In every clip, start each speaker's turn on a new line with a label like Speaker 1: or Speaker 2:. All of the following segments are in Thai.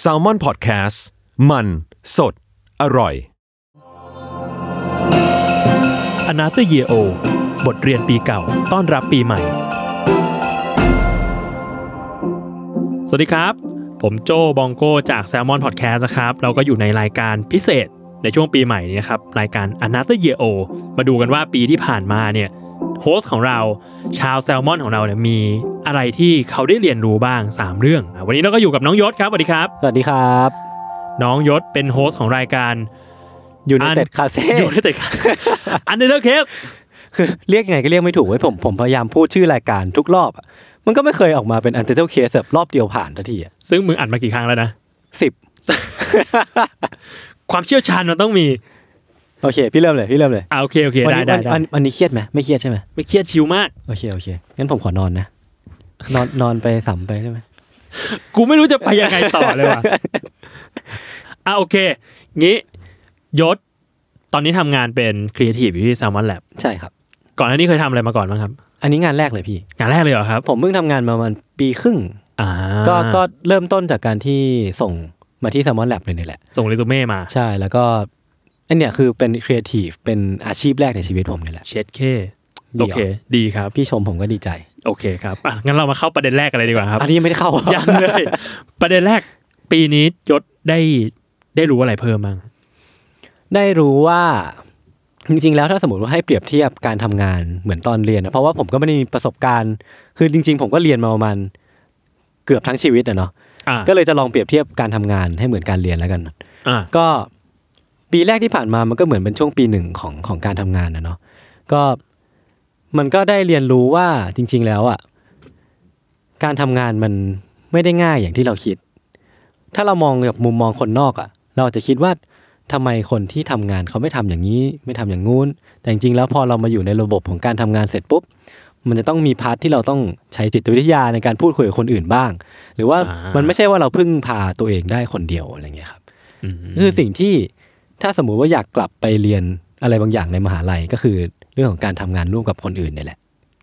Speaker 1: แซลมอนพอดแคสต์มันสดอร่อย
Speaker 2: อนาเตอร์เยโอบทเรียนปีเก่า ต้อนรับปีใหม่ สวัสดีครับ ผมโจบองโกจาก s ซ l m o n Podcast นะครับ เราก็อยู่ในรายการพิเศษในช่วงปีใหม่นี้ครับ รายการ a n o t h e r Year O มาดูกันว่าปีที่ผ่านมาเนี่ยโฮสต์ของเราชาวแซลมอนของเราเนี่ยมีอะไรที่เขาได้เรียนรู้บ้าง 3 เรื่องอ่ะวันนี้เราก็อยู่กับน้องยศครับสวัสดีครับ
Speaker 3: สวัสดีครับ
Speaker 2: น้องยศเป็นโฮสต์ของรายการ
Speaker 3: ยูไน
Speaker 2: อั
Speaker 3: เต็ด
Speaker 2: น
Speaker 3: คาเซ่
Speaker 2: อยู่ในแต่ครับอันเดอร์เคส
Speaker 3: คือเรียกยังไงก็เรียกไม่ถูกเว้ยผมผมพยายามพูดชื่อรายการทุกรอบอะมันก็ไม่เคยออกมาเป็นอันเทอร์เคสรอบเดียวผ่านทันทีอะ
Speaker 2: ซึ่งมึงอัดมากี่ครั้งแล้วนะ
Speaker 3: สิบ
Speaker 2: ความเชี่ยวชาญมันต้องมี
Speaker 3: โอเค พี่เริ่มเลยพี่เริ่มเลย
Speaker 2: อ่าโอเคโอเค
Speaker 3: วั
Speaker 2: ได้
Speaker 3: นี้
Speaker 2: ได้
Speaker 3: วั
Speaker 2: ได้
Speaker 3: วันวันนี้เครียดไหมไม่เครียดใช่ไหม
Speaker 2: ไม่เครียดชิลมาก
Speaker 3: โอเคโอเคงั้นผมขอนอนนะ นอนนอนไปสัมไปได้ไหม
Speaker 2: กูไม่รู้จะไปยังไงต่อ เลยว่ะ อ่าโอเคงี้ยศ ตอนนี้ทำงานเป็นครีเอทีฟอยู่ที่ Salmon Lab
Speaker 3: ใช่ครับ
Speaker 2: ก่อนหน้านี้เคยทำอะไรมาก่อนบ้างครับ
Speaker 3: อันนี้งานแรกเลยพี่
Speaker 2: งานแรกเลยเหรอครับ
Speaker 3: ผมเพิ่งทำงานมาประมาณปีครึ่ง
Speaker 2: อ่า
Speaker 3: ก็ก็เริ่มต้นจากการที่ส่งมาที่ s ซ l m o n Lab เลยนี่แหละ
Speaker 2: ส่งเรซูเม่มา
Speaker 3: ใช่แล้วก็อันเนี้ยคือเป็นครีเอทีฟเป็นอาชีพแรกในชีวิตผมนี่แหละ
Speaker 2: เช็ดเคโอ
Speaker 3: ดีหร
Speaker 2: เค ดีครับ
Speaker 3: พี่ชมผมก็ดีใจ
Speaker 2: โอเคครับอ่ะงั้นเรามาเข้าประเด็นแรกกันเลยดีกว่าครับ
Speaker 3: อันนี้ยังไม่ได้เข้าอะ
Speaker 2: ยังเลย ประเด็นแรกปีนี้ยศได้ได้รู้อะไรเพิ่มบ้าง
Speaker 3: ได้รู้ว่าจริงๆ แล้วถ้าสมมติว่าให้เปรียบเทียบการทำงานเหมือนตอนเรียนนะเพราะว่าผมก็ไม่ได้มีประสบการณ์ คือจริง ๆ ผมก็เรียนมาประมาณเกือบทั้งชีวิตนะเนาะ
Speaker 2: อ่า
Speaker 3: ก็เลยจะลองเปรียบเทียบการทำงานให้เหมือนการเรียนแล้วกัน
Speaker 2: อ่า
Speaker 3: ก็ปีแรกที่ผ่านมามันก็เหมือนเป็นช่วงปีหนึ่งของของการทำงานนะเนาะก็มันก็ได้เรียนรู้ว่าจริง ๆ แล้วอ่ะการทำงานมันไม่ได้ง่ายอย่างที่เราคิด ถ้าเรามองแบบมุมมองคนนอกอ่ะ เราอาจจะคิดว่าทำไมคนที่ทำงานเขาไม่ทำอย่างนี้ ไม่ทำอย่างงู้น แต่จริงๆแล้วพอเรามาอยู่ในระบบของการทำงานเสร็จปุ๊บ มันจะต้องมีพาร์ทที่เราต้องใช้จิตวิทยาในการพูดคุยกับคนอื่นบ้าง หรือว่ามันไม่ใช่ว่าเราพึ่งพาตัวเองได้คนเดียวอะไรอย่างเงี้ยครับ
Speaker 2: อืม
Speaker 3: คือสิ่งที่ถ้าสมมุติว่าอยากกลับไปเรียนอะไรบางอย่างในมหาลัยก็คือเรื่องของการทำงานร่วมกับคนอื่นเนี่ยแหละ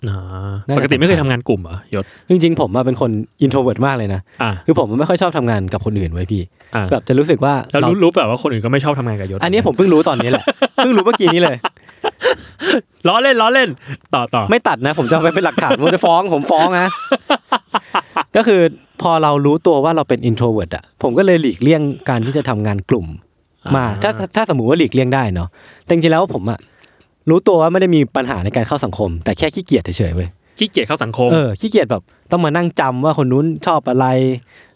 Speaker 2: อ่า
Speaker 3: น่าจะ
Speaker 2: ปกติไม่เคยทำงานกลุ่มเหรอยศ
Speaker 3: จริงๆผมมาเป็นคนอินโทรเวิร์ตมากเลยนะ
Speaker 2: อ่า
Speaker 3: คือผมไม่ค่อยชอบทำงานกับคนอื่นไว้ยพี่
Speaker 2: อ่า
Speaker 3: แบบจะรู้สึกว่า
Speaker 2: แล้วรู้
Speaker 3: เ
Speaker 2: รู้แบบว่าคนอื่นก็ไม่ชอบทำงานกับยศ
Speaker 3: ราอันนี้ผมเพิ่งรู้ตอนนี้แหละ เพิ่งรู้เมื่อกี้นี้เลย
Speaker 2: ล้อเล่นล้อเล่น ต่อต่อ
Speaker 3: ไม่ตัดนะ ผมจะเอาไปเป็นหลักฐานผมจะฟ้องผมฟ้องนะ ก็คือพอเรารู้ตัวว่าเราเป็นอินโทรเวิร์ตอ่ะผมก็เลยหลีกเลี่ยงการที่จะทำงานกลุ่ม มาถ้าถ้าสมมุติว่าหลีกเลี่ยงได้เนาะแต่จริงๆแล้วผมอะรู้ตัวว่าไม่ได้มีปัญหาในการเข้าสังคม แต่แค่ขี้เกียจเฉยๆเว้ย
Speaker 2: ขี้เกียจเข้าสังคม
Speaker 3: เออขี้เกียจแบบต้องมานั่งจำว่าคนนู้นชอบอะไร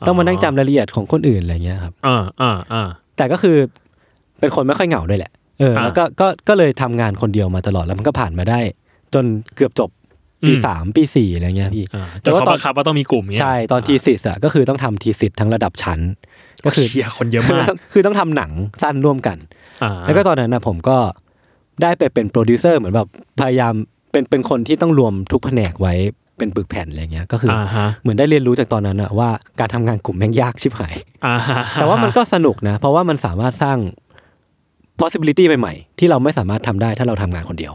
Speaker 3: ต้องมานั่งจำรายละเอียดของคนอื่นอะไรเงี้ยครับ
Speaker 2: อ่าอ่าอ่า
Speaker 3: แต่ก็คือเป็นคนไม่ค่อยเหงาด้วยแหละเออ
Speaker 2: อ่า
Speaker 3: แล้วก็ก็ก็เลยทำงานคนเดียวมาตลอดแล้วมันก็ผ่านมาได้ จนเกือบจบปี
Speaker 2: อืม
Speaker 3: สามปีสี่อะไรเงี้ยพี่
Speaker 2: อ่า
Speaker 3: แต่
Speaker 2: แต่ว่าต
Speaker 3: ว่าต
Speaker 2: อ
Speaker 3: อน น
Speaker 2: ครับว่าต้องมีกลุ่มเงี้ย
Speaker 3: ใช่ตอนทีสิทธ์อะก็คือต้องทำทีสิทธ์ทั้งระดับชั้น ก็คือ
Speaker 2: เชียคนเยอะมาก
Speaker 3: คือต้องทำหนังสั้นร่วมกัน
Speaker 2: อ่า
Speaker 3: แล้วก็ตอนนั้นนะผมก็ได้ไปเป็นโปรดิวเซอร์เหมือนแบบพยายามเป็นเป็นคนที่ต้องรวมทุกแผนกไว้เป็นปึกแผ่นอะไรเงี้ยก็คืออ
Speaker 2: อ่าฮะ
Speaker 3: เหมือนได้เรียนรู้จากตอนนั้นอะว่าการทำงานกลุ่มแม่งยากชิบหาย
Speaker 2: อ่าฮะ
Speaker 3: แต่ว่ามันก็สนุกนะ เพราะว่ามันสามารถสร้าง possibility ใหม่ๆ ที่เราไม่สามารถทำได้ถ้าเราทำงานคนเดียว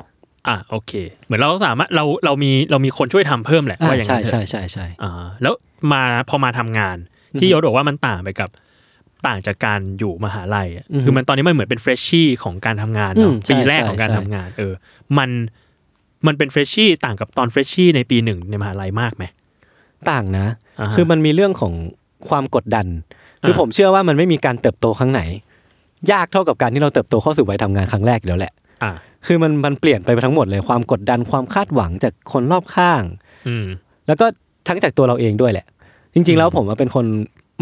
Speaker 2: อ่าโอเค เหมือนเราสามารถเราเรามีเรามีคนช่วยทำเพิ่มแหละ
Speaker 3: อ่า
Speaker 2: ว่าอย่าง
Speaker 3: ใช่
Speaker 2: นั้นเถ
Speaker 3: ใช่
Speaker 2: อะ
Speaker 3: ใช่ใช่
Speaker 2: อ่าแล้วมาพอมาทำงาน ที่ยศบอกว่ามันต่างไปกับต่างจากการอยู่มหาลัยอะคือมันตอนนี้มันเหมือนเป็นเฟรชชี่ของการทำงาน
Speaker 3: อื
Speaker 2: เนาะ
Speaker 3: ม
Speaker 2: ปี
Speaker 3: ใช่
Speaker 2: แรก
Speaker 3: ใช่
Speaker 2: ของการ
Speaker 3: ใช่
Speaker 2: ทำงาน เออ มันมันเป็นเฟรชชี่ต่างกับตอนเฟรชชี่ในปีหนึ่งในมหาลัยมากไหม
Speaker 3: ต่างนะ
Speaker 2: อ่าฮะ
Speaker 3: คือมันมีเรื่องของความกดดัน คืออา ผมเชื่อว่ามันไม่มีการเติบโตครั้งไหน ยากเท่ากับการที่เราเติบโตเข้าสู่วัยทำงานครั้งแรกอยู่แล้วแหละ
Speaker 2: อ่า
Speaker 3: คือมันมันเปลี่ยนไปทั้งหมดเลยความกดดันความคาดหวังจากคนรอบข้าง
Speaker 2: อืม
Speaker 3: แล้วก็ทั้งจากตัวเราเองด้วยแหละ จริง ๆ แล้วผมอะเป็นคน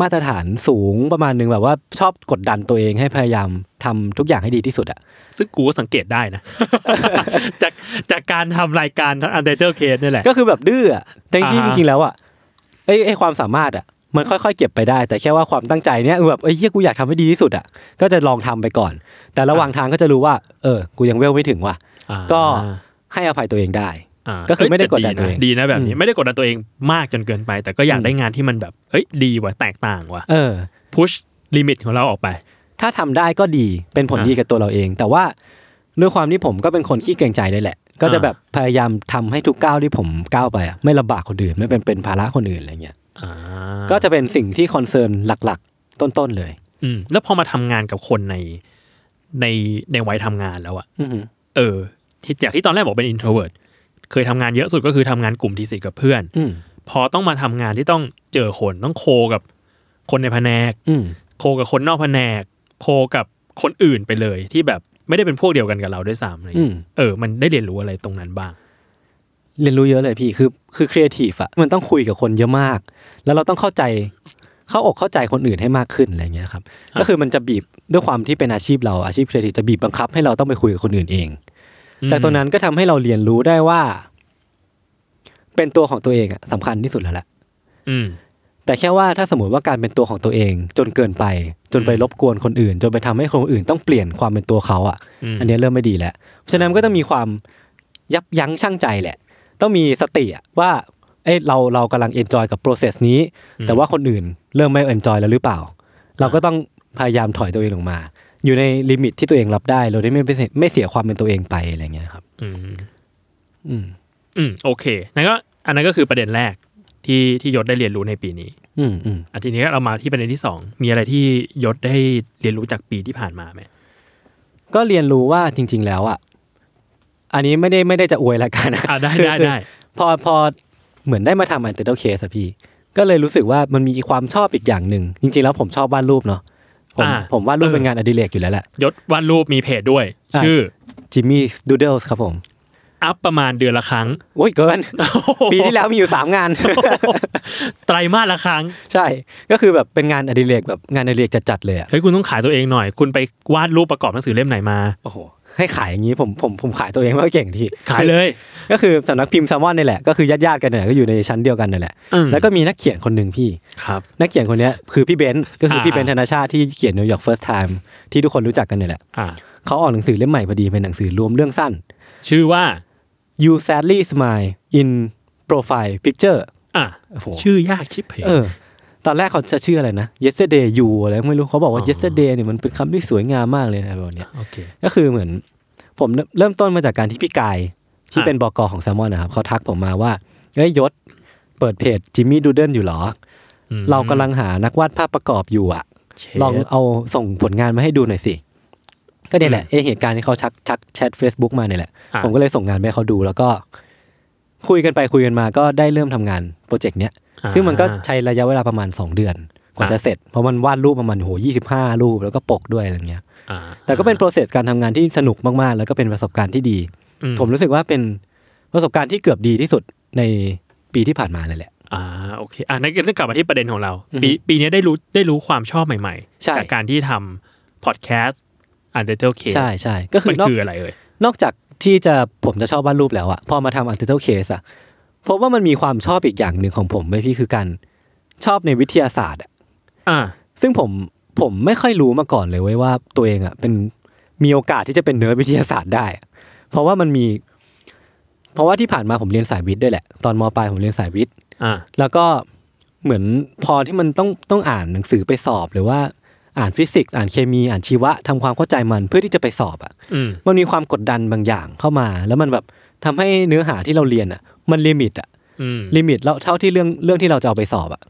Speaker 3: มาตรฐานสูงประมาณหนึงแบบว่าชอบกดดันตัวเองให้พยายามทำทุกอย่างให้ดีที่สุดอะ
Speaker 2: ซึ่งกูก็สังเกตได้นะ จากจากการทำรายการอันเดอร์เคสนี่ยแหละ
Speaker 3: ก็คือแบบดื้ออะแต่จริง
Speaker 2: อ่า
Speaker 3: ๆจริงๆแล้วอะไอ้ไอ้ความสามารถอะมันค่อยๆเก็บไปได้ แต่แค่ว่าความตั้งใจเนี้ยแบบไอ้ยเหี้ยกูอยากทำให้ดีที่สุดอะก็จะลองทำไปก่อน แต่ระหว่างทางก็จะรู้ว่า เออ กูยังเวลไม่ถึงว่ะ
Speaker 2: อ่า
Speaker 3: ก็ ให้อภัยตัวเองได้
Speaker 2: า
Speaker 3: ก็คือไม่ได้กดดัน
Speaker 2: เอ้ย
Speaker 3: ตัวเอง
Speaker 2: ดีนะแบบนี้
Speaker 3: อืม
Speaker 2: ไม่ได้กดดันตัวเองมากจนเกินไป แต่ก็อยากได้งานที่มันแบบเฮ้ยดีว่ะแตกต่างว่ะ
Speaker 3: เออ
Speaker 2: พุชลิมิตของเราออกไป
Speaker 3: ถ้าทำได้ก็ดีเป็นผล
Speaker 2: อ่า
Speaker 3: ดีกับตัวเราเอง แต่ว่าด้วยความที่ผมก็เป็นคนขี้เกรงใจด้วยแหละ ก็จะ
Speaker 2: อ่า
Speaker 3: แบบพยายามทำให้ทุกก้าวที่ผมก้าวไปอะไม่ลำบากคนอื่นไม่เป็นเป็นภาระคนอื่นอะไรเงี้ย
Speaker 2: อ่า
Speaker 3: ก็จะเป็นสิ่งที่คอนเซิร์นหลักๆ ต้นๆเลย
Speaker 2: อืมแล้วพอมาทำงานกับคนในในในวัยทำงานแล้วอะ
Speaker 3: อือหือ
Speaker 2: เออที่จากที่ตอนแรกบอกเป็น introvert เคยทำงานเยอะสุดก็คือทำงานกลุ่มที่สี่กับเพื่อน
Speaker 3: อืม
Speaker 2: พอต้องมาทำงานที่ต้องเจอคนต้องโคกับคนในแผนก
Speaker 3: อืม
Speaker 2: โคกับคนนอกแผนก โคกับคนอื่นไปเลย ที่แบบไม่ได้เป็นพวกเดียวกันกับเราด้วยซ้ำอะไร
Speaker 3: อื
Speaker 2: เงี้ย
Speaker 3: ม
Speaker 2: เออ มันได้เรียนรู้อะไรตรงนั้นบ้าง
Speaker 3: เรียนรู้เยอะเลยพี่คือคือครีเอทีฟอะมันต้องคุยกับคนเยอะมาก แล้วเราต้องเข้าใจเข้าอกเข้าใจคนอื่นให้มากขึ้นอะไรเงี้ยครับ
Speaker 2: อ่ะ
Speaker 3: ก็คือมันจะบีบด้วยความที่เป็นอาชีพเราอาชีพครีเอทีฟจะบีบบังคับให้เราต้องไปคุยกับคนอื่นเอง จากตรงนั้นก็ทำให้เราเรียนรู้ได้ว่า เป็นตัวของตัวเองอะสำคัญที่สุดแล้วแหละ
Speaker 2: อืม
Speaker 3: แต่แค่ว่าถ้าสมมติว่าการเป็นตัวของตัวเอง จนเกินไป จนไป
Speaker 2: อืม
Speaker 3: รบกวนคนอื่น จนไปทำให้คนอื่นต้องเปลี่ยนความเป็นตัวเขาอะ
Speaker 2: อืม
Speaker 3: อันเนี้ยเริ่มไม่ดีแล้ว ฉะนั้นมันก็ต้องมีความยับยั้งชั่งใจแหละ ต้องมีสติอะว่า เอ้ยเราเรากำลังเอนจอยกับโปรเซสนี้ แต่ว่าคนอื่นเริ่มไม่เอนจอยแล้วหรือเปล่า เราก็ต้องพยายามถอยตัวเองลงมา อยู่ในลิมิตที่ตัวเองรับได้เราได้ไม่ไปเสียไม่เสียความเป็นตัวเองไปอะไรเงี้ยครับ
Speaker 2: อืม
Speaker 3: อืม
Speaker 2: อืม โอเคนั่นก็อันนั้นก็คือประเด็นแรกที่ที่ยศได้เรียนรู้ในปีนี้
Speaker 3: อืมอืม
Speaker 2: อันทีนี้เรามาที่ประเด็นที่สองมีอะไรที่ยศได้เรียนรู้จากปีที่ผ่านมาไหม
Speaker 3: ก็เรียนรู้ว่าจริง ๆ แล้วอ่ะ อันนี้ไม่ได้ไม่ได้จะอวยละกันนะ
Speaker 2: อ่าได้
Speaker 3: คือ
Speaker 2: ได้
Speaker 3: คือ
Speaker 2: ได้
Speaker 3: พอพอเหมือนได้มาทำอันเตอร์เคสอะพี่ ก็เลยรู้สึกว่ามันมีความชอบอีกอย่างหนึ่ง จริงๆแล้วผมชอบวาดรูปเนาะผม
Speaker 2: อ่า
Speaker 3: ผมวาดรูป
Speaker 2: เออ
Speaker 3: เป็นงานอดิเรกอยู่แล้วแหละ
Speaker 2: ยศวาดรูปมีเพจด้วย
Speaker 3: อ่ะ
Speaker 2: ชื่อ
Speaker 3: จิมมี่ดูเดิลส์ครับผม
Speaker 2: อัพประมาณเดือนละครั้ง
Speaker 3: โอ้ยเกิน ปีที่แล้วมีอยู่ 3 งาน
Speaker 2: ไตรมาสละครั้ง
Speaker 3: ใช่ ก็คือแบบเป็นงานอดิเรกแบบงานอดิเรกจัดๆเลยอะ
Speaker 2: เฮ้ยคุณต้องขายตัวเองหน่อย คุณไปวาดรูปประกอบหนังสือเล่มไหนมา
Speaker 3: โอ้โหให้ขายอย่างนี้ผมผมผมขายตัวเองไม่ค่อยเก่งที่
Speaker 2: ขายเลย
Speaker 3: ก็คือสำนักพิมพ์แซมมอนนี่แหละก็คือญาติๆกันเนี่ยก็อยู่ในชั้นเดียวกันนั่นแหละ
Speaker 2: อืม
Speaker 3: แล้วก็มีนักเขียนคนหนึ่งพี่
Speaker 2: ครับ
Speaker 3: นักเขียนคนเนี้ยคือพี่เบนซ์ก็คือพี่
Speaker 2: อ่า
Speaker 3: เบนซ์ธนชาติที่เขียนนิวยอร์กเฟิร์สไทม์ที่ทุกคนรู้จักกันเนี่ยแหละ
Speaker 2: อ่า
Speaker 3: เขาออกหนังสือเล่มใหม่พอดีเป็นหนังสือรวมเรื่องสั้น
Speaker 2: ชื่อว่า
Speaker 3: You Sadly Smile in Profile Picture
Speaker 2: อ่ะ
Speaker 3: โอ้โห
Speaker 2: ชื่อยากชิบเพย
Speaker 3: เออ ตอนแรกเขาจะชื่ออะไรนะ Yesterday You อะไรก็ไม่รู้เขาบอกว่า
Speaker 2: อ๋อ
Speaker 3: Yesterday เนี่ยมันเป็นคำที่สวยงามมากเลยนะแบบเนี้ย
Speaker 2: โอเค
Speaker 3: ก็คือเหมือน ผมเริ่มต้นมาจากการที่พี่กาย ที่
Speaker 2: อ่ะ
Speaker 3: เป็นบอกอของแซมมอนนะครับเขาทักผมมาว่าเอ้ยยศเปิดเพจจิมมี่ดูเดิลอยู่เหรอ
Speaker 2: อืม
Speaker 3: เรากำลังหานักวาดภาพประกอบอยู่อะ
Speaker 2: เชฟ
Speaker 3: ลองเอาส่งผลงานมาให้ดูหน่อยสิ ก็เนี่ยแหละ
Speaker 2: อืม
Speaker 3: เอยเหตุการณ์ที่เขาชักชักแชท Facebook มาเนี่ยแหละ
Speaker 2: อ่ะ
Speaker 3: ผมก็เลยส่งงานไปให้เขาดูแล้วก็ คุยกันไปคุยกันมาก็ได้เริ่มทำงานโปรเจกต์เนี้ย
Speaker 2: อ่า
Speaker 3: ซึ่งมันก็ใช้ระยะเวลาประมาณ 2 เดือน กว่า
Speaker 2: อ่ะ
Speaker 3: จะเสร็จ เพราะมันวาดรูปประมาณโหยี่สิบห้ารูปแล้วก็ปกด้วยอะไรเงี้ย
Speaker 2: อ่า
Speaker 3: แต่ก็เป็นโปรเซสการทำงานที่สนุกมากๆ แล้วก็เป็นประสบการณ์ที่ดี
Speaker 2: อื
Speaker 3: ผมรู้สึกว่าเป็นประสบการณ์ที่เกือบดีที่สุดในปีที่ผ่านมาเลยแหละ
Speaker 2: อ่าโอเคอ่ะนั่นก็นั่นกลับมาที่ประเด็นของเรา
Speaker 3: อือฮึ
Speaker 2: ปีปีนี้ได้รู้ได้รู้ความชอบใหม่
Speaker 3: ใช่
Speaker 2: ๆ จากการที่ทำพอดแคสต์อันเดอร์เทลเคส
Speaker 3: ใช่ใช่ก็คื
Speaker 2: มั
Speaker 3: อน นอก
Speaker 2: คืออะไรเอ่ย
Speaker 3: นอกจากที่จะผมจะชอบวาดรูปแล้วอะพอมาทำอันเทอร์เคสอะพบว่ามันมีความชอบอีกอย่างหนึ่งของผมไว้ยพี่คือการชอบในวิทยาศาสตร์อะ
Speaker 2: อ่า
Speaker 3: ซึ่งผมผมไม่ค่อยรู้มาก่อนเลยเว้ยว่าตัวเองอ่ะเป็นมีโอกาสที่จะเป็นเนิร์ดวิทยาศาสตร์ได้อะเพราะว่ามันมี เพราะว่าที่ผ่านมาผมเรียนสายวิทย์ด้วยแหละ ตอนมปลายผมเรียนสายวิทย์
Speaker 2: อ่า
Speaker 3: แล้วก็เหมือนพอที่มันต้องต้องอ่านหนังสือไปสอบหรือว่าอ่านฟิสิกส์อ่านเคมีอ่านชีวะทำความเข้าใจมันเพื่อที่จะไปสอบอ่ะ
Speaker 2: อืม
Speaker 3: มันมีความกดดันบางอย่างเข้ามา แล้วมันแบบทำให้เนื้อหาที่เราเรียนอ่ะ มันลิมิตอ่ะ
Speaker 2: อืม
Speaker 3: ลิมิตแล้วเท่าที่เรื่องเรื่องที่เราจะเอาไปสอบอะ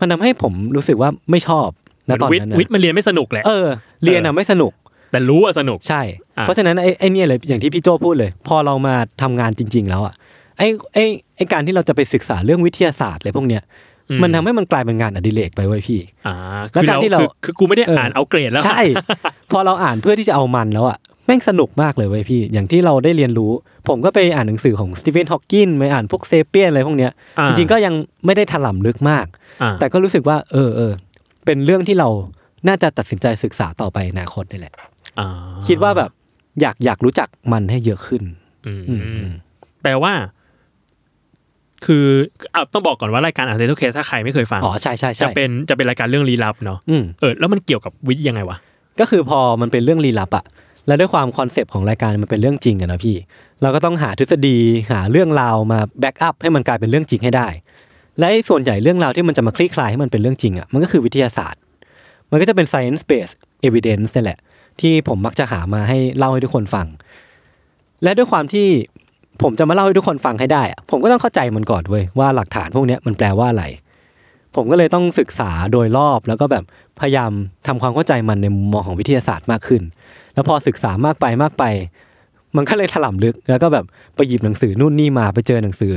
Speaker 3: มันทำให้ผมรู้สึกว่าไม่ชอบนะตอน
Speaker 2: วิท
Speaker 3: นั้
Speaker 2: ย์
Speaker 3: นนะ
Speaker 2: วิทย์มันเรียนไม่สนุกแหละ
Speaker 3: เออ เรียนอะไม่สนุก
Speaker 2: แต่รู้อ่ะสนุก
Speaker 3: ใช่
Speaker 2: อ่ะ
Speaker 3: เพราะฉะนั้นไอ้ไอ้เนี่ยเลยอย่างที่พี่โจ้พูดเลย พอเรามาทำงานจริง ๆ แล้วอะไอ้ไอ้ไอ้การที่เราจะไปศึกษาเรื่องวิทยาศาสตร์อะไรพวกเนี้ย
Speaker 2: อื
Speaker 3: มันทำให้มันกลายเป็นงานอดิเรกไปเว้ยพี่
Speaker 2: อ่า
Speaker 3: แล้ว
Speaker 2: คือ
Speaker 3: การ
Speaker 2: เรา
Speaker 3: ที่เรา
Speaker 2: คือคือกูไม่ได้
Speaker 3: เอออ่
Speaker 2: อ่านเอาเกรดแล้ว
Speaker 3: ใช่ พอเราอ่านเพื่อที่จะเอามันแล้วอะแม่งสนุกมากเลยเว้ยพี่ อย่างที่เราได้เรียนรู้ ผมก็ไปอ่านหนังสือของสตีเฟนฮอว์กินไปอ่านพวกเซเปียนอะไรพวกเนี้ย
Speaker 2: อ่า
Speaker 3: จริงๆก็ยังไม่ได้ถล่ำลึกมาก
Speaker 2: อ่า
Speaker 3: แต่ก็รู้สึกว่า เออเออเป็นเรื่องที่เราน่าจะตัดสินใจศึกษาต่อไปในอนาคตนี่แหละ
Speaker 2: อ่า
Speaker 3: คิดว่าแบบอยากอยากรู้จักมันให้เยอะขึ้น
Speaker 2: อืม
Speaker 3: อืม
Speaker 2: แปลว่า คืออ่ะต้องบอกก่อนว่ารายการอันเดอร์เคสถ้าใครไม่เคยฟัง
Speaker 3: อ๋อใช่ใช่
Speaker 2: จะ
Speaker 3: ใช่
Speaker 2: เป็นจะเป็นรายการเรื่องลี้ลับเนาะ
Speaker 3: อืม
Speaker 2: เออแล้วมันเกี่ยวกับวิทย์ยังไงวะ
Speaker 3: ก็คือพอมันเป็นเรื่องลี้ลับอะแล้วด้วยความคอนเซปต์ของรายการมันเป็นเรื่องจริงอะนะพี่ เราก็ต้องหาทฤษฎีหาเรื่องราวมาแบ็กอัพให้มันกลายเป็นเรื่องจริงให้ได้ และไอ้ส่วนใหญ่เรื่องราวที่มันจะมาคลี่คลายให้มันเป็นเรื่องจริงอะมันก็คือวิทยาศาสตร์ มันก็จะเป็น science based evidence นี่แหละ ที่ผมมักจะหามาให้เล่าให้ทุกคนฟัง และด้วยความที่ผมจะมาเล่าให้ทุกคนฟังให้ได้อะผมก็ต้องเข้าใจมันก่อนเว้ยว่าหลักฐานพวกเนี้ยมันแปลว่าอะไร ผมก็เลยต้องศึกษาโดยรอบแล้วก็แบบพยายามทำความเข้าใจมันในมุมมองของวิทยาศาสตร์มากขึ้น แล้วพอศึกษามากไปมากไป มันก็เลยถล่มลึก แล้วก็แบบไปหยิบหนังสือนู่นนี่มาไปเจอหนังสือ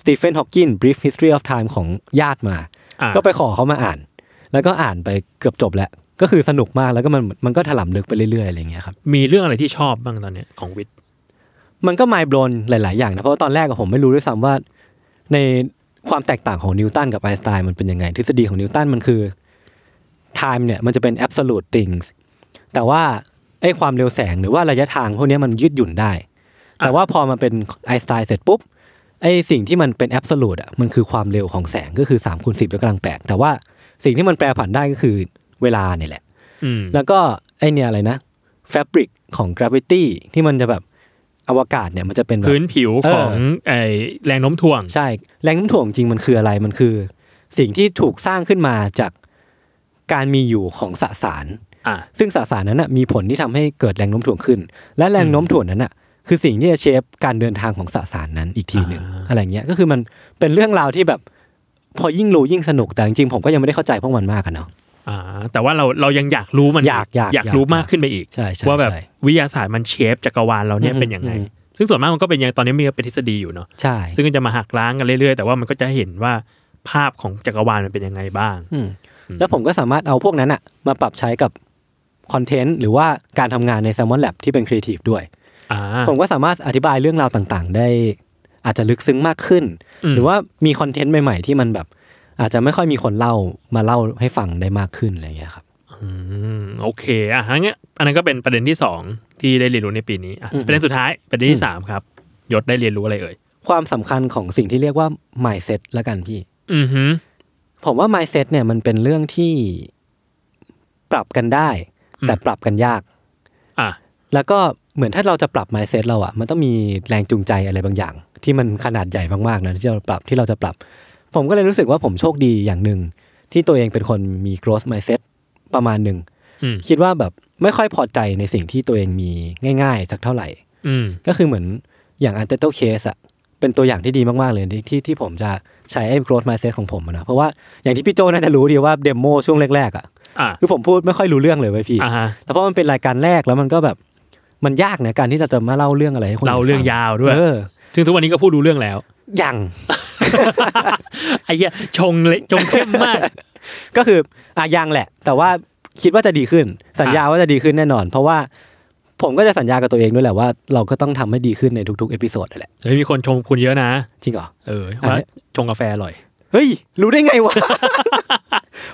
Speaker 3: สตีเฟนฮอว์กิน Brief History of Time ของญาติมา
Speaker 2: อ่ะ
Speaker 3: ก็ไปขอเขามาอ่าน แล้วก็อ่านไปเกือบจบแล้วก็คือสนุกมากแล้วก็มันมันก็ถล่มลึกไปเรื่อยๆอะไรอย่างเงี้ยครับ
Speaker 2: มีเรื่องอะไรที่ชอบบ้างตอนเนี้ยของวิทย์
Speaker 3: มันก็ไมล์บลนหลาย ๆ อย่างนะ เพราะว่าตอนแรกอะผมไม่รู้ด้วยซ้ำว่า ในความแตกต่างของนิวตันกับไอน์สไตน์มันเป็นยังไง ทฤษฎีของนิวตันมันคือ time เนี่ยมันจะเป็น absolute things แต่ว่าไอ้ความเร็วแสงหรือว่าระยะทางพวกเนี้ยมันยืดหยุ่นได้ แต่ว่าพอมาเป็นไอน์สไตน์เสร็จปุ๊บไอ้สิ่งที่มันเป็น absolute อะมันคือความเร็วของแสงก็คือ3ามคูณสิบยกกำลังแปดแต่ว่าสิ่งที่มันแปรผันได้ก็คือเวลาเนี่ยแหละ
Speaker 2: อืม
Speaker 3: แล้วก็ไอเนี่ยอะไรนะแฟบริกของกราฟิตี้ที่มันจะแบบอวกาศเนี่ยมันจะเป็นแบบ
Speaker 2: พื้นผิวของ
Speaker 3: เออ
Speaker 2: ไอแรงโน้มถ่วง
Speaker 3: ใช่ แรงโน้ำถ่วงจริงมันคืออะไรมันคือ สิ่งที่ถูกสร้างขึ้นมาจากการมีอยู่ของสสาร
Speaker 2: อ่ะ
Speaker 3: ซึ่งสสารนั้นนะมีผลที่ทำให้เกิดแรงโน้มถ่วงขึ้น และแรงโน้มถ่วงนั้นน่ะคือสิ่งที่จะเชฟการเดินทางของสสารนั้นอีกทีหนึ่ง
Speaker 2: อ่า
Speaker 3: อะไรเงี้ยก็คือมันเป็นเรื่องราวที่แบบ พอยิ่งรู้ยิ่งสนุกแต่จริงๆผมก็ยังไม่ได้เข้าใจพวกมันมากอะเนาะ
Speaker 2: อ่า แต่ว่าเราเรายังอยากรู้มัน
Speaker 3: อยากอยาก
Speaker 2: อยากรู้
Speaker 3: อยาก
Speaker 2: มากขึ้นไปอีก
Speaker 3: ใช่ใช่
Speaker 2: ว่าแบบ
Speaker 3: ใช่
Speaker 2: วิทยาศาสตร์มันเชฟจักรวาลเราเนี่ย
Speaker 3: อืม
Speaker 2: เป็นยังไง
Speaker 3: อืม
Speaker 2: ซึ่งส่วนมากมันก็เป็นอย่างตอนนี้มีเป็นทฤษฎีอยู่เนาะ
Speaker 3: ใช่
Speaker 2: ซึ่งก็จะมาหักล้างกันเรื่อยๆ แต่ว่ามันก็จะเห็นว่าภาพของจักรวาลมันเป็นยังไงบ้าง
Speaker 3: อืมแล้วผมก็สามารถเอาพวกนั้นอะมาปรับใช้กับคอนเทนต์หรือว่าการทำงานใน s ซ l m o n Lab ที่เป็นครีเอทีฟด้วย
Speaker 2: อ่า
Speaker 3: ผมก็สามารถอธิบายเรื่องราวต่างๆ ได้อาจจะลึกซึ้งมากขึ้น
Speaker 2: อืม
Speaker 3: หรือว่ามีคอนเทนต์ใหม่ๆ ที่มันแบบ อาจจะไม่ค่อยมีคนเล่ามาเล่าให้ฟังได้มากขึ้นอะไรอย่างเงี้ยครับ
Speaker 2: อืมโอเคอ่ะงั้นเนี่ยอันนั้นก็เป็นประเด็นที่สองที่ได้เรียนรู้ในปีนี้อ่ะ
Speaker 3: อืม
Speaker 2: ประเด็นสุดท้ายประเด็นที่สามครับยศได้เรียนรู้อะไรเอ่ย
Speaker 3: ความสำคัญของสิ่งที่เรียกว่า mindset ละกันพี่
Speaker 2: อือหือ
Speaker 3: ผมว่า mindset เนี่ยมันเป็นเรื่องที่ปรับกันได้
Speaker 2: อืม
Speaker 3: แต่ปรับกันยาก
Speaker 2: อ่ะ
Speaker 3: แล้วก็เหมือนถ้าเราจะปรับ mindset เราอะมันต้องมีแรงจูงใจอะไรบางอย่าง ที่มันขนาดใหญ่มากๆนะที่เราปรับที่เราจะปรับ ผมก็เลยรู้สึกว่าผมโชคดีอย่างหนึ่งที่ตัวเองเป็นคนมี growth mindset ประมาณหนึ่ง
Speaker 2: อืม
Speaker 3: คิดว่าแบบไม่ค่อยพอใจในสิ่งที่ตัวเองมีง่าย ๆ สักเท่าไหร่
Speaker 2: อืม
Speaker 3: ก็คือเหมือนอย่างอันเตอร์เคสอะเป็นตัวอย่างที่ดีมาก ๆ เลยที่ที่ที่ผมจะใช้ไอ้ growth mindset ของผมอะนะเพราะว่าอย่างที่พี่โจน่าจะรู้ดีว่าเดโมช่วงแรกๆอะ
Speaker 2: อ่ะ
Speaker 3: คือผมพูดไม่ค่อยรู้เรื่องเลยเว้ยพี่
Speaker 2: อ่ะฮะ
Speaker 3: แล้วเพราะมันเป็นรายการแรกแล้วมันก็แบบมันยากนะการที่เราจะมาเล่าเรื่องอะไรให้คนน
Speaker 2: เราเรื่อง
Speaker 3: ฟั
Speaker 2: ยาวด้วย
Speaker 3: เออ
Speaker 2: ซึ่งทุกวันนี้ก็พูดรู้เรื่องแล้ว
Speaker 3: ยัง
Speaker 2: ไอ้เหี้ยชงเลยชงเข้มมาก
Speaker 3: ก็คืออ่ะยังแหละ แต่ว่าคิดว่าจะดีขึ้น สัญญาว่าจะดีขึ้นแน่นอน เพราะว่าผมก็จะสัญญากับตัวเองด้วยแหละว่าเราก็ต้องทำให้ดีขึ้นในทุกๆเอพิโซดนั่นแหละ
Speaker 2: เฮ้ยมีคนชมคุณเยอะนะ
Speaker 3: จริงเหรอ
Speaker 2: เออ
Speaker 3: อัน
Speaker 2: ว่า
Speaker 3: เนี้ย
Speaker 2: ชงกาแฟอร่อย
Speaker 3: เฮ้ย รู้ได้ไง วะ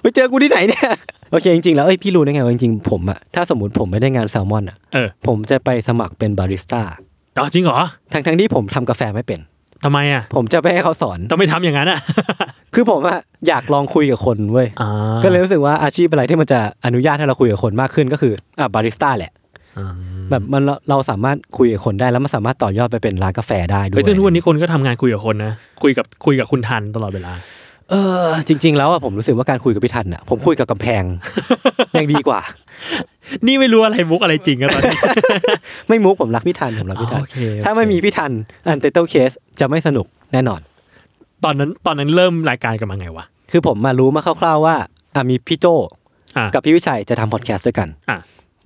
Speaker 3: ไปเจอกูที่ไหนเนี่ย โอเคจริงๆแล้วเอ้ยพี่รู้ได้ไงว่าจริงๆผมอะถ้าสมมติผมไม่ได้งานแซลมอนอะ
Speaker 2: เออ
Speaker 3: ผมจะไปสมัครเป็นบาริสต้า
Speaker 2: อ๋อจริงเหรอ
Speaker 3: ทั้งๆที่ผมทำกาแฟไม่เป็น
Speaker 2: ทำไมอ่ะ
Speaker 3: ผมจะไปให้เขาสอน
Speaker 2: ต้องไม่ทำอย่างนั้นอ่ะ
Speaker 3: คือผมอะอยากลองคุยกับคนเว้ย
Speaker 2: อ่า
Speaker 3: ก็เลยรู้สึกว่าอาชีพอะไรที่มันจะอนุญาตให้เราคุยกับคนมากขึ้นก็คืออ่ะบาริสต้าแหละ
Speaker 2: อ่า
Speaker 3: แบบมันเราเราสามารถคุยกับคนได้แล้วมันสามารถต่อยอดไปเป็นร้านกาแฟได้ด้ว
Speaker 2: เฮ้ย
Speaker 3: ย
Speaker 2: ซึ่งทุกวันนี้คนก็ทำงานคุยกับคนนะคุยกับคุยกับคุณทันตลอดเวลา
Speaker 3: เออจริง ๆ แล้วอะผมรู้สึกว่าการคุยกับพี่ทันอะผมคุยกับกำแพง ยังดีกว่า
Speaker 2: นี่ไม่รู้อะไรมุกอะไรจริงกันตอนนี้
Speaker 3: ไม่มุกผมรักพี่ทันผมรักพี่ทัน
Speaker 2: อ๋อโอเคโอเค
Speaker 3: ถ้าไม่มีพี่ทันอันเตอร์เคสจะไม่สนุกแน่นอน
Speaker 2: ตอนนั้นตอนนั้นเริ่มรายการกันมาไงวะ
Speaker 3: คือผมมารู้มาคร่าวๆว่าอ่ะมีพี่โจ
Speaker 2: อ่ะ
Speaker 3: กับพี่วิชัยจะทำพอดแคสต์ด้วยกัน
Speaker 2: อ่ะ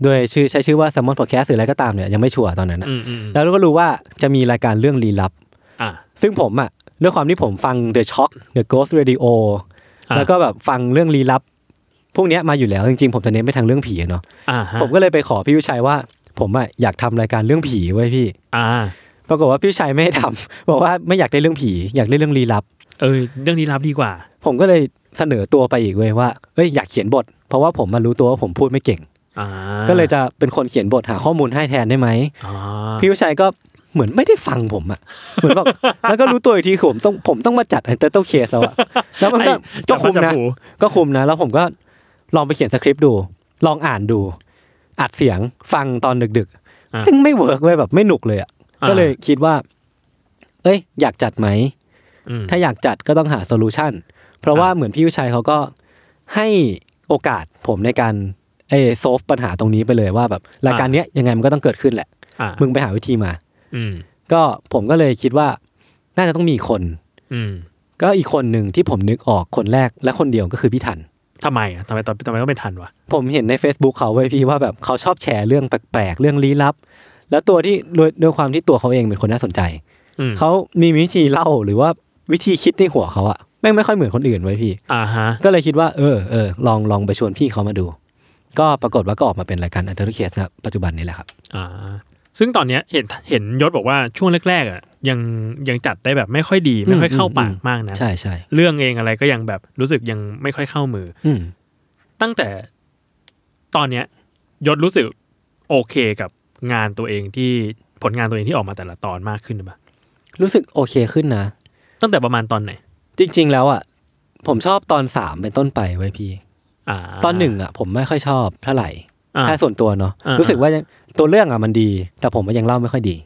Speaker 3: โดยชื่อใช้ชื่อว่าแซมมอนพอดแคสต์หรืออะไรก็ตามเนี่ยยังไม่ชัวร์ตอนนั้นอะ
Speaker 2: อืมอืม
Speaker 3: แล้วเราก็รู้ว่าจะมีรายการเรื่องลี้ลับ
Speaker 2: อ่ะ
Speaker 3: ซึ่งผมอะด้วยความที่ผมฟัง The Shock The Ghost Radio
Speaker 2: อ่ะ
Speaker 3: แล้วก็แบบฟังเรื่องลี้ลับ พวกเนี้ยมาอยู่แล้วจริงๆ ผมจะเน้นไปทางเรื่องผีอะเนาะ
Speaker 2: อ่าฮะ
Speaker 3: ผมก็เลยไปขอพี่วิชัยว่า ผมอะอยากทำรายการเรื่องผีไว้ยพี่
Speaker 2: อ่า
Speaker 3: ปรากฏว่าพี่วิชัยไม่ให้ทำ บอกว่าไม่อยากได้เรื่องผี อยากได้เรื่องลี้ลับ
Speaker 2: เออเรื่องนี้รับดีกว่า
Speaker 3: ผมก็เลยเสนอตัวไปอีกเว้ยว่าเอ้ยอยากเขียนบท เพราะว่าผมมารู้ตัวว่าผมพูดไม่เก่ง
Speaker 2: อ่า
Speaker 3: ก็เลยจะเป็นคนเขียนบทหาข้อมูลให้แทนได้ไหม
Speaker 2: อ่า
Speaker 3: พี่วิชัยก็เหมือนไม่ได้ฟังผมอะเหมือนแบบ แล้วก็รู้ตัวอีกทีคือผมต้องผมต้องมาจัดไอ้เตอร์เตเคสแล้วอะแล้วมันก็ก็คุมนะ ก็คุมนะ แล้วผมก็ลองไปเขียนสคริปต์ดู ลองอ่านดู อัดเสียงฟังตอนดึก
Speaker 2: ะ
Speaker 3: ๆแม่งไม่เวิร์กเลยแบบไม่หนุกเลยอะ
Speaker 2: อ่า
Speaker 3: ก็เลยคิดว่า เอ้ย อยากจัดไหม
Speaker 2: อืม
Speaker 3: ถ้าอยากจัดก็ต้องหาโซลูชันเพราะว่าเหมือนพี่วิชัยเขาก็ให้โอกาสผมในการเอโซฟปัญหาตรงนี้ไปเลยว่าแบบรายการเนี้ยยังไงมันก็ต้องเกิดขึ้นแหละ
Speaker 2: อ่ะ
Speaker 3: มึงไปหาวิธีมา
Speaker 2: อืม
Speaker 3: ก็ผมก็เลยคิดว่า น่าจะต้องมีคน
Speaker 2: อืม
Speaker 3: ก็อีกคนหนึ่งที่ผมนึกออกคนแรกและคนเดียวก็คือพี่ทัน
Speaker 2: ทำไมอ่ะทำไมตอนทำไมต้องเป็นทันวะ
Speaker 3: ผมเห็นใน Facebook เขาไว้ยพี่ว่าแบบเขาชอบแชร์เรื่องแปลกๆ เรื่องลี้ลับ แล้วตัวที่ด้วยด้วยความที่ตัวเขาเองเป็นคนน่าสนใจ
Speaker 2: อืม
Speaker 3: เขามีวิธีเล่าหรือว่าวิธีคิดในหัวเขาอะแม่งไม่ค่อยเหมือนคนอื่นไว้ยพี่
Speaker 2: อ่าฮะ
Speaker 3: ก็เลยคิดว่าเออเออลองลองไปชวนพี่เขามาดู ก็ปรากฏว่าก็ออกมาเป็นรายการอันเทอร์เคสนะปัจจุบันนี้แหละครับ
Speaker 2: อ่า ซึ่งตอนเนี้ยเห็นเห็นยศบอกว่าช่วงแรกๆอ่ะยังยังจัดได้แบบไม่ค่อยดี ไม่ค่อยเข้าปาก
Speaker 3: อืม
Speaker 2: มากนะ
Speaker 3: ใช่ใช่
Speaker 2: เรื่องเองอะไรก็ยังแบบรู้สึกยังไม่ค่อยเข้ามือ
Speaker 3: อืม
Speaker 2: ตั้งแต่ตอนเนี้ยยศรู้สึกโอเคกับงานตัวเองที่ผลงานตัวเองที่ออกมาแต่ละตอนมากขึ้นหรือเปล่า
Speaker 3: รู้สึกโอเคขึ้นนะ
Speaker 2: ตั้งแต่ประมาณตอนไหน
Speaker 3: จริง ๆ แล้วอะผมชอบตอนสามเป็นต้นไปไว้ยพี่
Speaker 2: อ่า
Speaker 3: ตอนหนึ่งอะผมไม่ค่อยชอบเท่าไหร่
Speaker 2: อ่า
Speaker 3: ถ้าส่วนตัวเนาะ
Speaker 2: อ่ารู้
Speaker 3: รู้สึกว่ายังตัวเรื่องอะมันดี แต่ผมว่ายังเล่าไม่ค่อยดี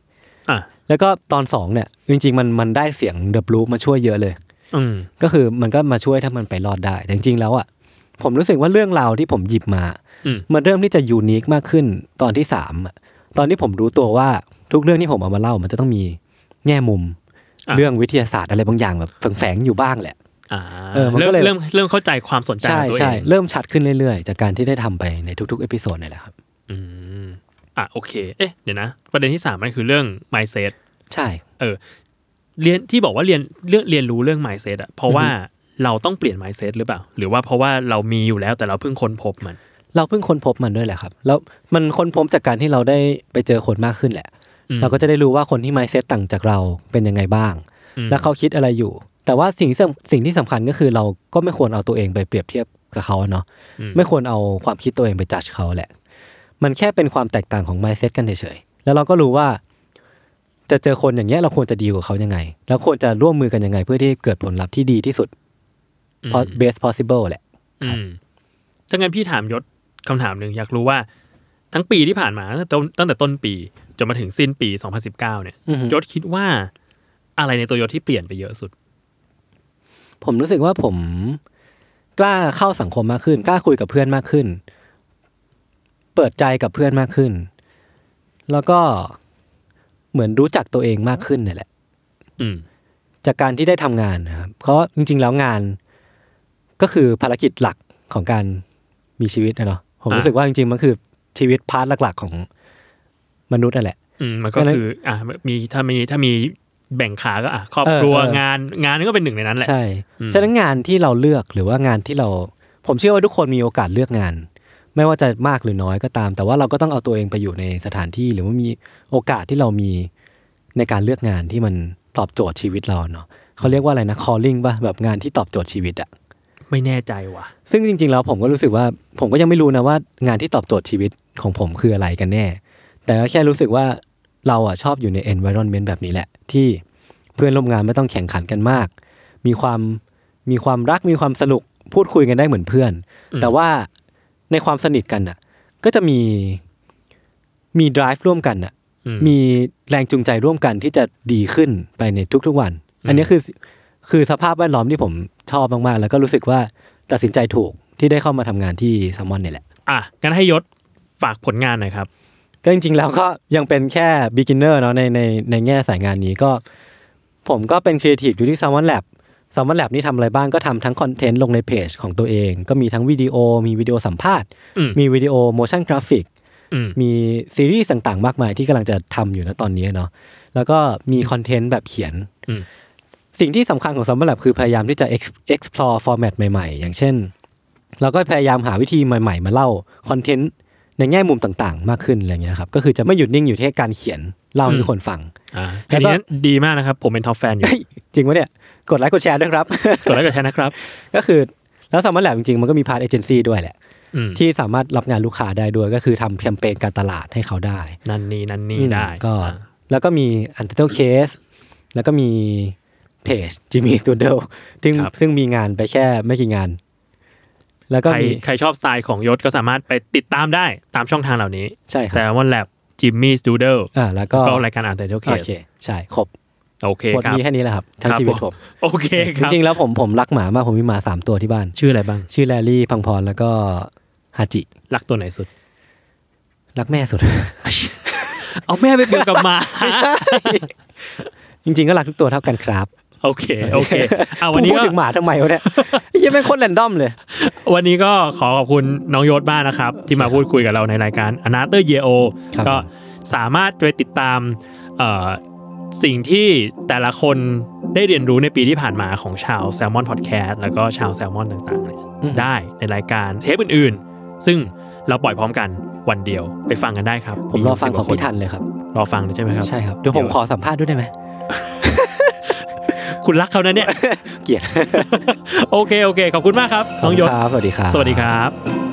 Speaker 2: อ่า
Speaker 3: แล้วก็ตอนสองเนี่ยจริงๆมันมันได้เสียงเดบลูมาช่วยเยอะเลย
Speaker 2: อืม
Speaker 3: ก็คือมันก็มาช่วยถ้ามันไปรอดได้แต่จริงๆแล้วอะผมรู้สึกว่าเรื่องราวที่ผมหยิบมา
Speaker 2: อืม
Speaker 3: มันเริ่มที่จะยูนิคมากขึ้นตอนที่สามอะตอนที่ผมรู้ตัวว่าทุกเรื่องที่ผมเอามาเล่ามันจะต้องมีแง่มุม
Speaker 2: ะ
Speaker 3: เรื่องวิทยาศาสตร์อะไรบางอย่างแบบแฝงๆอยู่บ้างแหละ
Speaker 2: อ่า
Speaker 3: เออมันก็
Speaker 2: เริ่ม
Speaker 3: เลย
Speaker 2: เริ่มเริ่มเข้าใจความสนใจข
Speaker 3: ใช่
Speaker 2: องตัวเอ
Speaker 3: ใช่
Speaker 2: ง
Speaker 3: เริ่มชัดขึ้นเรื่อยๆ จากการที่ได้ทำไปในทุกๆเอพิโซดนี่แหละครับ
Speaker 2: อืมอ่ะโอเค เอ๊ะเดี๋ยวนะ ประเด็นที่สามมันคือเรื่อง mindset
Speaker 3: ใช่
Speaker 2: เรียนที่บอกว่าเรียนเรื่องเรียนรู้เรื่อง mindset อะเพราะว่าเราต้องเปลี่ยน mindset หรือเปล่า หรือว่าเพราะว่าเรามีอยู่แล้วแต่เราเพิ่งค้นพบมัน
Speaker 3: เราเพิ่งค้นพบมันด้วยแหละครับแล้วมันค้นพบจากการที่เราได้ไปเจอคนมากขึ้นแหละ
Speaker 2: อืม
Speaker 3: เราก็จะได้รู้ว่าคนที่ mindset ต่างจากเราเป็นยังไงบ้าง
Speaker 2: อืม
Speaker 3: และเขาคิดอะไรอยู่ แต่ว่าสิ่งที่สำสิ่งที่สำคัญก็คือเราก็ไม่ควรเอาตัวเองไปเปรียบเทียบกับเขาอะเนาะ
Speaker 2: อืม
Speaker 3: ไม่ควรเอาความคิดตัวเองไปจัดเขาแหละ มันแค่เป็นความแตกต่างของ mindset กันเฉยๆแล้วเราก็รู้ว่า จะเจอคนอย่างเงี้ยเราควรจะดีลกับเขายังไง แล้วควรจะร่วมมือกันยังไง เพื่อที่เกิดผลลัพธ์ที่ดีที่สุด
Speaker 2: อืม
Speaker 3: best possible แหละ
Speaker 2: อืมถ้างั้นพี่ถามยศคำถามหนึ่งอยากรู้ว่า ทั้งปีที่ผ่านมาตั้งแต่ต้นตั้งแต่ต้นปี จนมาถึงสิ้นปี 2019 เนี่ย
Speaker 3: อือฮึ
Speaker 2: ยศคิดว่าอะไรในตัวยศที่เปลี่ยนไปเยอะสุด
Speaker 3: ผมรู้สึกว่าผมกล้าเข้าสังคมมากขึ้น กล้าคุยกับเพื่อนมากขึ้น เปิดใจกับเพื่อนมากขึ้น แล้วก็เหมือนรู้จักตัวเองมากขึ้นเนี่ยแหละ
Speaker 2: อืม
Speaker 3: จากการที่ได้ทำงานนะครับเพราะจริง ๆ แล้วงานก็คือภารกิจหลักของการมีชีวิตนะเนาะผม
Speaker 2: อ่ะ
Speaker 3: รู้สึกว่าจริง ๆ มันคือชีวิตพาร์ทหลัก ๆ ของมนุษย์นั่นแหละ
Speaker 2: อืมมันก็
Speaker 3: อันนั้น
Speaker 2: คือ อ่ะมีถ้ามีถ้ามีแบ่งขาก็อ่ะครอบ
Speaker 3: เออ
Speaker 2: ครัว
Speaker 3: เออ
Speaker 2: งานงานนี่ก็เป็นหนึ่งในนั้นแหละ
Speaker 3: ใช่
Speaker 2: อืม
Speaker 3: ฉะนั้นงานที่เราเลือกหรือว่างานที่เรา ผมเชื่อว่าทุกคนมีโอกาสเลือกงาน ไม่ว่าจะมากหรือน้อยก็ตาม แต่ว่าเราก็ต้องเอาตัวเองไปอยู่ในสถานที่ หรือว่ามีโอกาสที่เรามีในการเลือกงานที่มันตอบโจทย์ชีวิตเราเนาะเขาเรียกว่าอะไรนะ calling ป่ะแบบงานที่ตอบโจทย์ชีวิตอะ
Speaker 2: ไม่แน่ใจว่ะ
Speaker 3: ซึ่งจริงๆแล้วผมก็รู้สึกว่า ผมก็ยังไม่รู้นะว่างานที่ตอบโจทย์ชีวิตของผมคืออะไรกันแน่ แต่ก็แค่รู้สึกว่าเราอะชอบอยู่ใน environment แบบนี้แหละ ที่เพื่อนร่วมงานไม่ต้องแข่งขันกันมาก มีความมีความรักมีความสนุกพูดคุยกันได้เหมือนเพื่อน
Speaker 2: อืม
Speaker 3: แต่ว่าในความสนิทกันน่ะ ก็จะมีมี drive ร่วมกันน่ะ
Speaker 2: อืม
Speaker 3: มีแรงจูงใจร่วมกันที่จะดีขึ้นไปในทุกๆวัน อันนี้คือคือสภาพแวดล้อมที่ผมชอบมากๆ แล้วก็รู้สึกว่าตัดสินใจถูกที่ได้เข้ามาทำงานที่ซัมมอนเนี่ยแหละ
Speaker 2: อ่ะงั้นให้ยศฝากผลงานหน่อยครับ
Speaker 3: ก็จริงๆแล้วก็ยังเป็นแค่ beginner เนาะในในในแง่สายงานนี้ก็ ผมก็เป็น creative อยู่ที่ Salmon Lab Salmon Lab นี่ทำอะไรบ้างก็ทำทั้งคอนเทนต์ลงในเพจของตัวเอง ก็มีทั้งวิดีโอ มีวิดีโอสัมภาษณ์
Speaker 2: อืม
Speaker 3: มีวิดีโอ motion graphic
Speaker 2: อืม
Speaker 3: มีซีรีส์ต่างๆ มากมายที่กำลังจะทำอยู่นะตอนนี้เนาะแล้วก็มีคอนเทนต์แบบเขียน
Speaker 2: อืม
Speaker 3: สิ่งที่สำคัญของ Summer Lab คือพยายามที่จะ ex- explore format ใหม่ๆ อย่างเช่น เราก็พยายามหาวิธีใหม่ๆ มาเล่าคอนเทนต์ในแง่มุมต่างๆ มากขึ้นอะไรเงี้ยครับ ก็คือจะไม่หยุดนิ่งอยู่ที่การเขียนเล่า
Speaker 2: อืม
Speaker 3: ให้ทุกคนฟัง
Speaker 2: อ่ะ
Speaker 3: แล้
Speaker 2: อัน
Speaker 3: วก็
Speaker 2: นี้ดีมากนะครับ ผมเป็นท็อปแฟนอยู่
Speaker 3: เฮ้ยจริงปะเนี่ย กดไลค์กดแชร์ด้วยครับ
Speaker 2: กดไลค์กดแชร์นะครับ
Speaker 3: ก็คือแล้ว Summer Lab จริงๆ มันก็มีพาร์ทเอเจนซี่ด้วยแหละ
Speaker 2: อืม
Speaker 3: ที่สามารถรับงานลูกค้าได้ด้วย ก็คือทำแคมเปญการตลาดให้เขาได้
Speaker 2: นั่นนี่นั่นนี่
Speaker 3: อืม
Speaker 2: ได้
Speaker 3: ก็
Speaker 2: อ่ะ
Speaker 3: แล้วก็มีอันเทอร์เคสแล้วก็มีเพจจิมมี่ตูเดลซึ่งซึ่งมีงานไปแค่ไม่กี่งาน แล้วก็
Speaker 2: ใคร
Speaker 3: มี
Speaker 2: ใครชอบสไตล์ของยศก็สามารถไปติดตามได้ตามช่องทางเหล่านี้
Speaker 3: ใช่ค
Speaker 2: แซ
Speaker 3: รับ
Speaker 2: ลมอนแลบจิมมี่สตูดิโอ
Speaker 3: อ่าแล้วก็
Speaker 2: ก็รายการอ่านแต่เทลเค
Speaker 3: โอ
Speaker 2: ส
Speaker 3: เค ใช่ครบ
Speaker 2: โอเค
Speaker 3: หมด
Speaker 2: ครับ
Speaker 3: มีแค่นี้แหละครับ ทั้ง
Speaker 2: ครับ
Speaker 3: ชีวิต
Speaker 2: ผ
Speaker 3: ผม ม
Speaker 2: โอเคค
Speaker 3: จ
Speaker 2: รับ
Speaker 3: ริงๆแล้วผมผมรักหมามากผมมีหมาสามตัวที่บ้าน
Speaker 2: ชื่ออะไรบ้าง
Speaker 3: ชื่อแลลี่ พังพร แล้วก็ฮาจิ
Speaker 2: รักตัวไหนสุด
Speaker 3: รักแม่สุด
Speaker 2: เอาแม่ไปเปรียบกับหมา
Speaker 3: จริง ๆ ก็รักทุกตัวเท่ากันครับ
Speaker 2: โอเคโอ เคเอาวัน
Speaker 3: กู
Speaker 2: นี้
Speaker 3: พูด
Speaker 2: ก็
Speaker 3: ถึงหมาทำไมวะ เนี่ยไอ้เหี้ยังไม่งโคนแรนดอมเลย
Speaker 2: วันนี้ก็ขอขอบคุณน้องโยศบ้านนะครับ ที่มาพูดคุยกับเราในรายการ a n a t h e r Yeo
Speaker 3: ครับ
Speaker 2: ก็
Speaker 3: ผม
Speaker 2: สามารถไปติดตามเอ่อสิ่งที่แต่ละคนได้เรียนรู้ในปีที่ผ่านมาของชาว Salmon Podcast แล้วก็ชาว Salmon ต่างๆเนี่ยได้ในรายการเทปอื่นๆ ซึ่งเราปล่อยพร้อมกันวันเดียวไปฟังกันได้ครับ
Speaker 3: ผมรอฟังของ
Speaker 2: 20
Speaker 3: พี่ทันเลยครับ
Speaker 2: รอฟังเลยใช่ไหมครับ
Speaker 3: ใช่ครับ เดี๋ยวผมขอสัมภาษณ์ด้วยได้ไหม
Speaker 2: คุณรักเขานะเนี่ย
Speaker 3: เกลียด
Speaker 2: โอเคโอเค ขอบคุณมากครับน้องยศ
Speaker 3: ครับสวัสดีครับ
Speaker 2: สวัสดีครับ